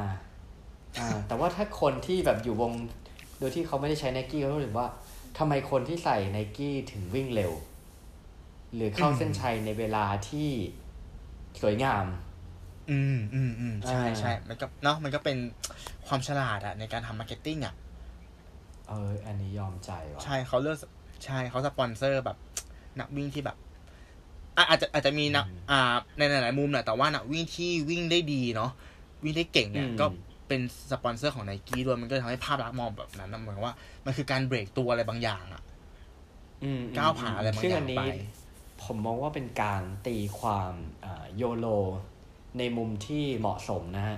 อ่า แต่ว่าถ้าคนที่แบบอยู่วง โดยที่เขาไม่ได้ใช้ไนกี้เขารู้สึกว่าทำไมคนที่ใส่ไนกี้ถึงวิ่งเร็ว หรือเข้าเส้นชัยในเวลาที่สวยงาม ๆอืมอืมอืมใช่ อ่า ใช่มันก็เนาะมันก็เป็นความฉลาดอะในการทำมาร์เก็ตติ้งอะ เออ อันนี้ยอมใจว่ะ ใช่เขาเลือกใช่เขาสปอนเซอร์แบบ นักวิ่งที่แบบอ่ะอาจจะอาจจะมีนัก อืม อ่า ในหลายๆมุมแหละแต่ว่านักวิ่งที่วิ่งได้ดีเนาะวิ่งได้เก่งเนี่ย อืม ก็เป็นสปอนเซอร์ของไนกี้ด้วยมันก็เลยทำให้ภาพลักษณ์มองแบบนั้นนะเหมือนว่ามันคือการเบรกตัวอะไรบางอย่างอะ อืมม ก้าวผ่านอะไรบาง ซึ่ อย่าง อันนี้ ไป ผมมองว่าเป็นการตีความโยโล ในมุมที่เหมาะสมนะฮะ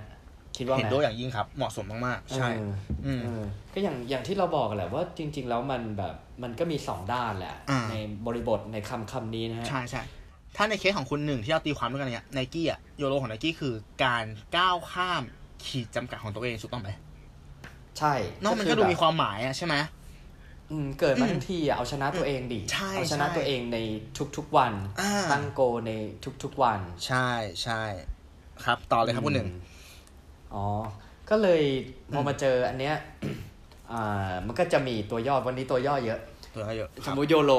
คิดว่าไหม เห็นด้วยอย่างยิ่งครับเหมาะสมมากๆ ใช่ เออ อืม เออก็อย่างอย่างที่เราบอกแหละว่าจริง ๆ แล้วมันแบบมันก็มีสองด้านแหละ อ่า ในบริบทในคำคำนี้นะฮะ ใช่ใช่ถ้าในเคสของคุณหนึ่งที่เราตีความด้วยกันเนี่ยไนกี้อะโยโลของไนกี้คือการก้าวข้ามขีดจำกัดของตัวเองถูกต้องไหม ใช่ นอกมัน คื ก็ อ ดู แบบ มีความหมายอะใช่ไหม อืมเกิดมาทั้งทีอ่ะเอาชนะตัวเองดิ ใช่ เอาชนะ ใช่ ตัวเองในทุกๆวัน อ่า ตั้งโกลในทุกๆวัน ใช่ใช่ครับ ต่อเลยครับคุณหนึ่ง อืมอ๋อ ก็เลยพอมาเจออันเนี้ย <coughs> อ่ามันก็จะมีตัวย่อวันนี้ตัวย่อเยอะ ตัวเยอะค ส รั ม บ มุติโยโล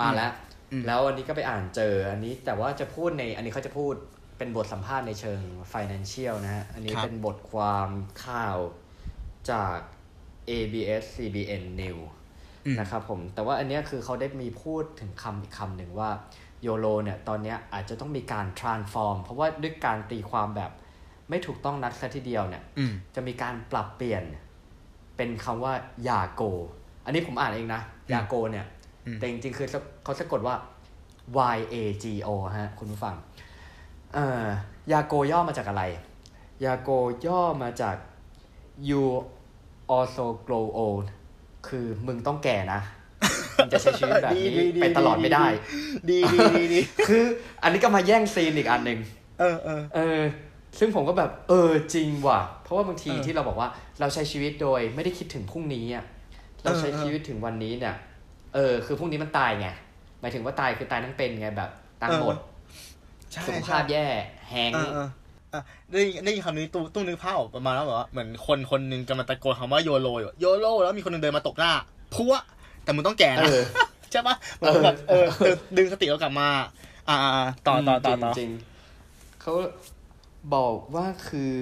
มาแล้ว อืม แล้วอันนี้ก็ไปอ่านเจออันนี้แต่ว่าจะพูดในอันนี้เขาจะพูดเป็นบทสัมภาษณ์ในเชิง financial นะฮะ อันนี้เป็นบทความข่าวจาก ABS CBN New นะครับผม แต่ว่าอันเนี้ยคือเขาได้มีพูดถึงคำอีกคำหนึ่งว่าโยโลเนี่ยตอนเนี้ยอาจจะต้องมีการ transform เพราะว่าด้วยการตีความแบบไม่ถูกต้องนักซะทีเดียวเนี่ย อืม จะมีการปรับเปลี่ยนเป็นคำว่าอย่าโก อันนี้ผมอ่านเองนะอย่าโกเนี่ย อืม แต่จริงๆ คือเขาสะกดว่า y a g o ฮะ คุณผู้ฟังเอ่อยาโกย่อมาจากอะไร ยาโกย่อมาจาก you also grow old คือมึงต้องแก่ <laughs> นะมึงจะใช้ชีวิตแบบนี้ไปตลอดไม่ได้ ดีดีดีดี คืออันนี้ก็มาแย่งซีนอีกอันหนึ่ง เออเออ เออซึ่งผมก็แบบเออจริงว่ะ เพราะว่าบางที เออ ที่เราบอกว่าเราใช้ชีวิตโดยไม่ได้คิดถึงพรุ่งนี้อ่ะเราใช้ เออเออ ชีวิตถึงวันนี้เนี่ยเออคือพรุ่งนี้มันตายไงหมายถึงว่าตายคือตายทั้งเป็นไงแบบตังค์หมด เอ ใช่ สุข ใช่ ภาพแย่แหง เออเออเออได้ยินได้ยินคำนี้ตู้ตู้นึกภาพออกประมาณแล้วาแบบว่าเหมือนคนคนหนึ่งกำลังตะโกนคำว่าโยโรอยู่โยโรแล้วมีคนหนึงเดินมาตบหน้าพัวแต่มึงต้องแก่ เอ นะ อ ใช่ปะเหมือนแบบเออเออดึงสติเรากลับมา อ่าอ่าอ่าต่อต่อต่อต่อ จริงๆเขาบอกว่าคือ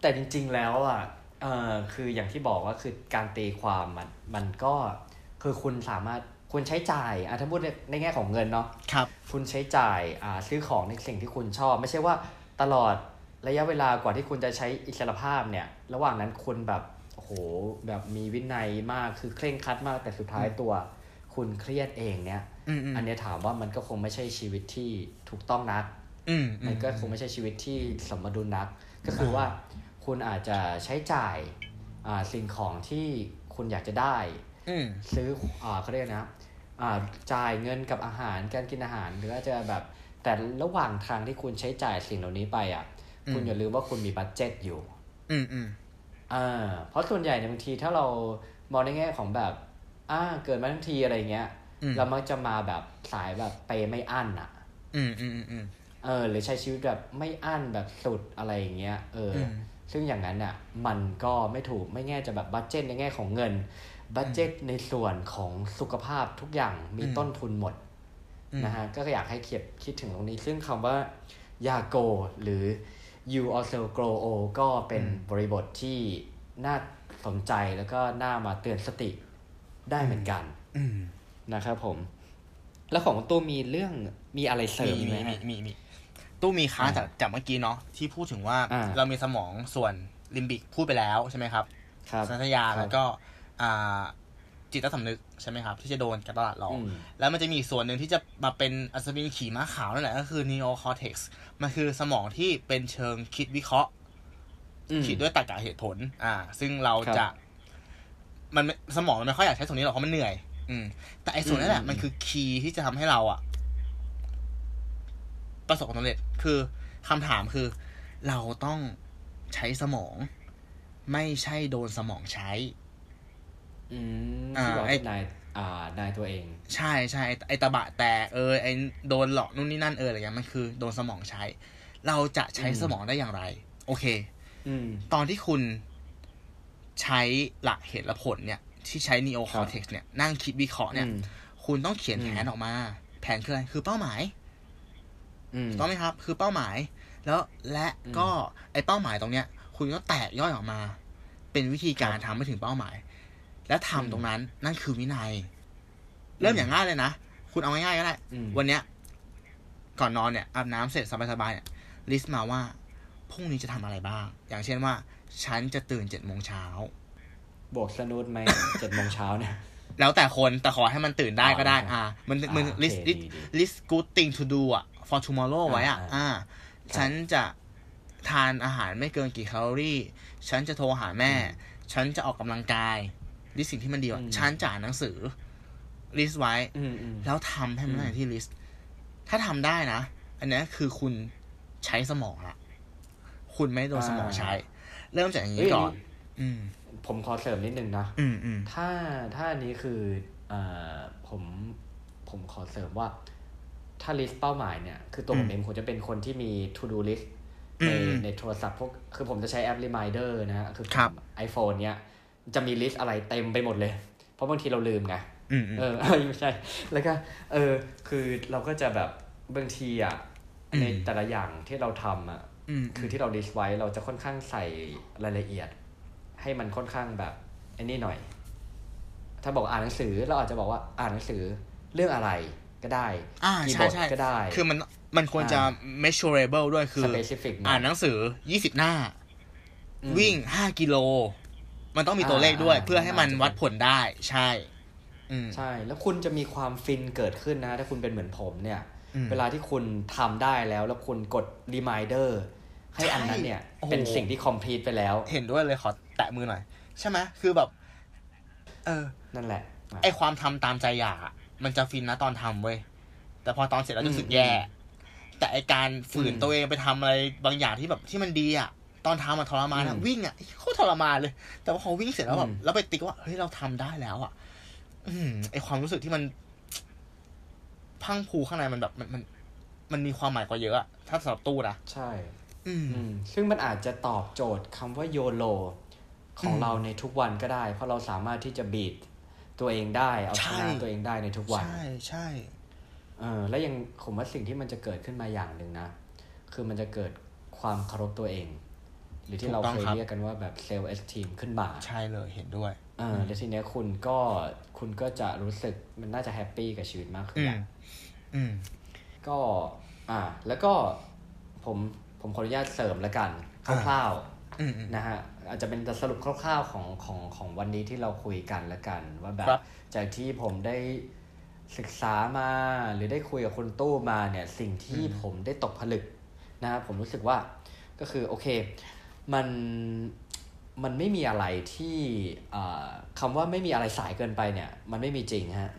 แต่จริง ๆ แล้วอ่ะเออคืออย่างที่บอกว่าคือการตีความมันมันก็คือคุณสามารถคุณใช้จ่ายอ่ะถ้าพูดในในแง่ของเงินเนาะ ครับ คุณใช้จ่ายอ่าซื้อของในสิ่งที่คุณชอบ ไม่ใช่ว่าตลอดระยะเวลากว่าที่คุณจะใช้อิสรภาพเนี่ย ระหว่างนั้นคุณแบบโอ้โหแบบมีวินัยมากคือเคร่งครัดมากแต่สุดท้ายตัว คุณเครียดเองเนี่ย อืมอืม อันเนี้ยถามว่ามันก็คงไม่ใช่ชีวิตที่ถูกต้องนัก อืมอื มัน ม ก็คงไม่ใช่ชีวิตที่สมดุลนัก ก็คือว่าคุณอาจจะใช้จ่ายอ่าสิ่งของที่คุณอยากจะได้ อืม ซื้ออ่าเขาเรียกนะอ่าจ่ายเงินกับอาหารการกินอาหาร หรืออาจจะแบบแต่ระหว่างทางที่คุณใช้จ่ายสิ่งเหล่านี้ไปอ่ะ คุณ อืม อย่าลืมว่าคุณมีบัตเจ็ตอยู่ อืมอืม อ่าเพราะส่วนใหญ่เนี่ยบางทีถ้าเรามองในแง่ของแบบ อ่าเกิดมาทั้งทีอะไรเงี้ย อืม เรามักจะมาแบบสายแบบไปไม่อั้นอ่ะ อืมอืมอืมอืม เออหรือใช้ชีวิตแบบไม่อั้นแบบสุดอะไรอย่างเงี้ยเอออ ม ซึ่งอย่างนั้นอ่ะมันก็ไม่ถูกไม่แง่จะแบบบัตเจตในแง่ของเงินบัตเจตในส่วนของสุขภาพทุกอย่างมีต้นทุนหมดนะฮะก็อยากให้เขียบคิดถึงตรงนี้ ซึ่งคำว่ายาโกหรือ you also grow old ก็เป็นบริบทที่น่าสนใจแล้วก็น่ามาเตือนสติได้เหมือนกัน อืม นะครับผม แล้วของตัวมีเรื่องมีอะไรเสริ มี มไหม มีมี ฮะ มีมีตู้มีค้าจากจากเมื่อกี้เนาะที่พูดถึงว่า อ่า เรามีสมองส่วนลิมบิกพูดไปแล้วใช่ไหมครับ ครับ สัญชาตญาณ ครับ แล้วก็ อ่า จิตใต้สำนึกใช่ไหมครับ ที่จะโดนการตลาดหลอก อืม แล้วมันจะมีอีกส่วนหนึ่งที่จะมาเป็นอัศวินขี่ม้าขาวนั่นแหละก็คือ neocortex มันคือสมองที่เป็นเชิงคิดวิเคราะห์ อืม คิดด้วยตรรกะเหตุผล อ่า ซึ่งเรา ครับ จะ มันไม่สมองมันไม่ค่อยอยากใช้ส่วนนี้หรอกเพราะมันเหนื่อย อืม แต่ไอ้ส่วนนั้นแห อื ละ ม มันคือคีย์ที่จะทำให้เราอะประสบความสำเร็จ คือคำถามคือ เราต้องใช้สมอง ไม่ใช่โดนสมองใช้ อืม อ่า ที่บอก ไอ้ ให้นายอ่านายตัวเอง ใช่ใช่ไอ้ไอตะบะแต่ เออไอโดนหลอกนู่นนี่นั่นเอออะไรเงี้ยมันคือโดนสมองใช้ เราจะใช้ อืม สมองได้อย่างไร โอเค อืม ตอนที่คุณใช้หลักเหตุและผลเนี่ย ที่ใช้ neo cortex เนี่ย นั่งคิดวิเคราะห์เนี่ย อืม คุณต้องเขียน อืม แผนออกมา แผนคืออะไร คือเป้าหมาย อืม ถูกต้องไหมครับ คือเป้าหมาย แล้วและก็ไอเป้าหมายตรงเนี้ย คุณก็แตกย่อยออกมา เป็นวิธีการทำไปถึงเป้าหมาย และทำตรงนั้นนั่นคือวินัย เริ่มอย่างง่ายเลยนะ คุณเอาง่ายๆก็ได้ อืม วันเนี้ย ก่อนนอนเนี่ยอาบน้ำเสร็จสบายๆเนี่ยลิสต์มาว่าพรุ่งนี้จะทำอะไรบ้าง อย่างเช่นว่า ฉันจะตื่นเจ็ดโมงเช้า บวกสนุดไหม เจ็ดโมงเช้าเนี่ย แล้วแต่คนแต่ขอให้มันตื่นได้ก็ได้ อ๋ออ่ะ อ่า มันมัน อ่า list list โอเคดีดี list good thing to do อ่ะ for tomorrow ไว้อ่ะ อ่า อ่า ครับ ฉันจะทานอาหารไม่เกินกี่แคลอรี่ ฉันจะโทรหาแม่ ฉันจะออกกำลังกาย ลิสสิ่งที่มันดีอ่ะ อืม ฉันจะอ่านหนังสือ ลิสไว้ อืมอืม แล้วทำให้มันได้อย่างที่ลิสต์ ถ้าทำได้นะ อันเนี้ยคือคุณใช้สมองละ คุณไม่โดน อ่า สมองใช้ เริ่มจากอย่าง เฮ้ย นี้ก่อน นนี้ อืม ผมขอเสริมนิดนึงนะ อืมอืม ถ้าถ้าอันนี้คืออ่าผมผมขอเสริมว่า ถ้า list เป้าหมายเนี่ย คือตัวผ อื ม ม เองผมจะเป็นคนที่มี to do list อื ใน มอืม ในโทรศัพท์พวกคือผมจะใช้แอป reminder นะฮะคือผม ครับ iPhone เนี่ยจะมี list อะไรเต็มไปหมดเลย เพราะบางทีเราลืมไง อืมอืม เอ <laughs> อ ไม่ใช่ แล้วก็ เออ คือเราก็จะแบบบางทีอ่ะ อืม ในแต่ละอย่างที่เราทำอ่ะ อืม คือที่เราลิสต์ไว้เราจะค่อนข้างใส่รายละเอียด ให้มันค่อนข้างแบบไอ้นี่หน่อย ถ้าบอกอ่านหนังสือเราอาจจะบอกว่าอ่านหนังสือเรื่องอะไรก็ได้ อ่า กี่บ ใช่ ท ใช่ ก็ได้ คือมันมันควรจะ อ่า measurable ด้วยคือ specific หน่อย อ่านหนังสือ 20 หน้า อืม วิ่ง 5 กิโล มันต้องมีตัวเลขด้วย อ่าอ่า เพื่อให้มันวัดผลได้ใช่ อืม ใช่ แล้วคุณจะมีความฟินเกิดขึ้นนะ ถ้าคุณเป็นเหมือนผมเนี่ย อืม เวลาที่คุณทำได้แล้ว แล้วคุณกด reminder ให้อันนั้นเนี่ย โอ้โห เป็นสิ่งที่ complete ไปแล้ว เห็นด้วยเลยขอแตะมือหน่อย ใช่ไหมคือแบบ เออ นั่นแหละ ไอความทำตามใจอยากอะมันจะฟินนะตอนทำเว้ย แต่พอตอนเสร็จแล้วจะรู้สึกแย่ แต่ไอการฝืน อืม ตัวเองไปทำอะไรบางอย่างที่แบบที่มันดีอะตอนทำมันทรมานอะ อืม วิ่งอะโคตรทรมานเลย แต่ว่าพอวิ่งเสร็จแล้วแบบ อืม แล้วไปติ๊กว่าเฮ้ยเราทำได้แล้วอะอืมไอความรู้สึกที่มันพรังพรูข้างในมันแบบมันมัน มันมีความหมายกว่าเยอะอะถ้าสำหรับตู้นะ ใช่ อืม อืมซึ่งมันอาจจะตอบโจทย์คำว่าโยโลของ อืม เราในทุกวันก็ได้ เพราะเราสามารถที่จะบีดตัวเองได้ เอาช ใช่ นะตัวเองได้ในทุกวัน ใช่ใช่ เออและยังผมว่าสิ่งที่มันจะเกิดขึ้นมาอย่างหนึ่งนะ คือมันจะเกิดความเคารพตัวเอง หรือที่เรา ถูกต้อง เคย ครับ เรียกกันว่าแบบเซลล์เอสทีมขึ้นมา ใช่เลยเห็นด้วย เออแล้วทีเนี้ยคุณก็คุณก็จะรู้สึกมันน่าจะแฮปปี้กับชีวิตมากอืขึ้มนแหละ อืม ก็อ่าแล้วก็ผมผมขออนุญาตเสริมแล้วกัน อ่า คร่าวๆ อืมอืม นะฮะอาจจะเป็นสรุปคร่าวๆของของของวันนี้ที่เราคุยกันละกัน ว่าแบบ ครับ จากที่ผมได้ศึกษามาหรือได้คุยกับคุณตู้มาเนี่ยสิ่งที่ผมได้ตกผลึกนะฮะผมรู้สึกว่าก็คือโอเคมันมันไม่มีอะไรที่อ่าคำว่าไม่มีอะไรสายเกินไปเนี่ยมันไม่มีจริงฮะ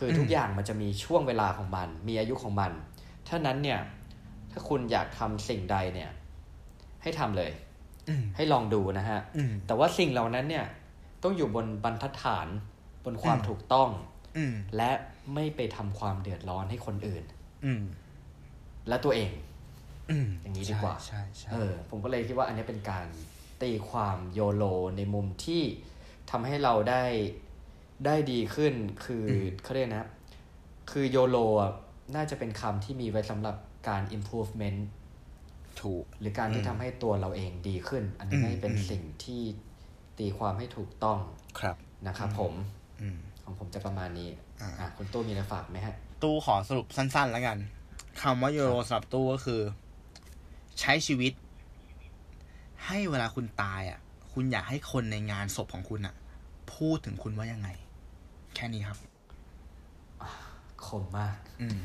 คืออ ม ทุกอย่างมันจะมีช่วงเวลาของมัน มีอายุของมันถ้านั้นเนี่ยถ้าคุณอยากทำสิ่งใดเนี่ยให้ทำเลย อืม ให้ลองดูนะฮะ อืม แต่ว่าสิ่งเหล่านั้นเนี่ยต้องอยู่บนบรรทัดฐานบนความ อืม ถูกต้อง อืม และไม่ไปทำความเดือดร้อนให้คนอื่น อืม และตัวเอง อืม อย่างนี้ดีกว่า ใช่ใช่ เอ ใช่ อผมก็เลยคิดว่าอันนี้เป็นการตีความโยโลในมุมที่ทำให้เราได้ได้ดีขึ้นคืออเขาเรียกนะ คือโยโลน่าจะเป็นคำที่มีไว้สำหรับการ improvement ถูก หรือการที่ทำให้ตัวเราเองดีขึ้น อันนี้ อืม น่าจะเป็น อืม สิ่งที่ตีความให้ถูกต้อง ครับ นะครับผม อืม ของผมจะประมาณนี้ อ่า อ่าคุณตู้มีอะไรฝากไหมฮะ ตู้ขอสรุปสั้นๆ แล้วกันคำว่าโยโรสำหรับตู้ก็คือ ใช้ชีวิต ให้เวลาคุณตายอ่ะ คุณอยากให้คนในงานศพของคุณอ่ะ พูดถึงคุณว่ายังไง แค่นี้ครับ คมมาก อืม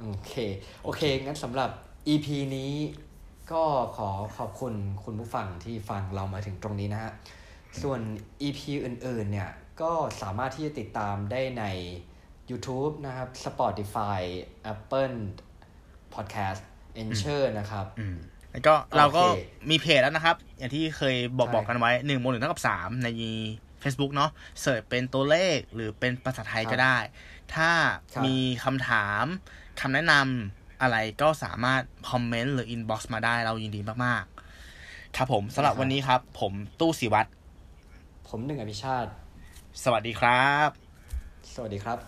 โอเค โอเค งั้นสำหรับ EP นี้ก็ขอขอบคุณคุณผู้ฟังที่ฟังเรามาถึงตรงนี้นะฮะ ส่วน EP อื่นๆ เนี่ย ก็สามารถที่จะติดตามได้ใน YouTube นะครับ Spotify Apple Podcast e n c h o r นะครับ อืม แล้วก็เราก็ โอเค มีเพจแล้วนะครับ อย่างที่เคยบอก ใช่ บอกกันไว้หนึ่งโมงหนึ่งเท่ากับสามใน Facebook เนาะเสิร์ชเป็นตัวเลขหรือเป็นภาษาไทยก็ได้ ถ้า ครับ มีคำถามคำแนะนำอะไรก็สามารถคอมเมนต์หรืออินบ็อกซ์มาได้เรายินดีมาก ๆ ครับผมสำหรับ ครับ วันนี้ครับ ผมตู้ศิวัตร ผมหนึ่งอภิชาติ สวัสดีครับ สวัสดีครับ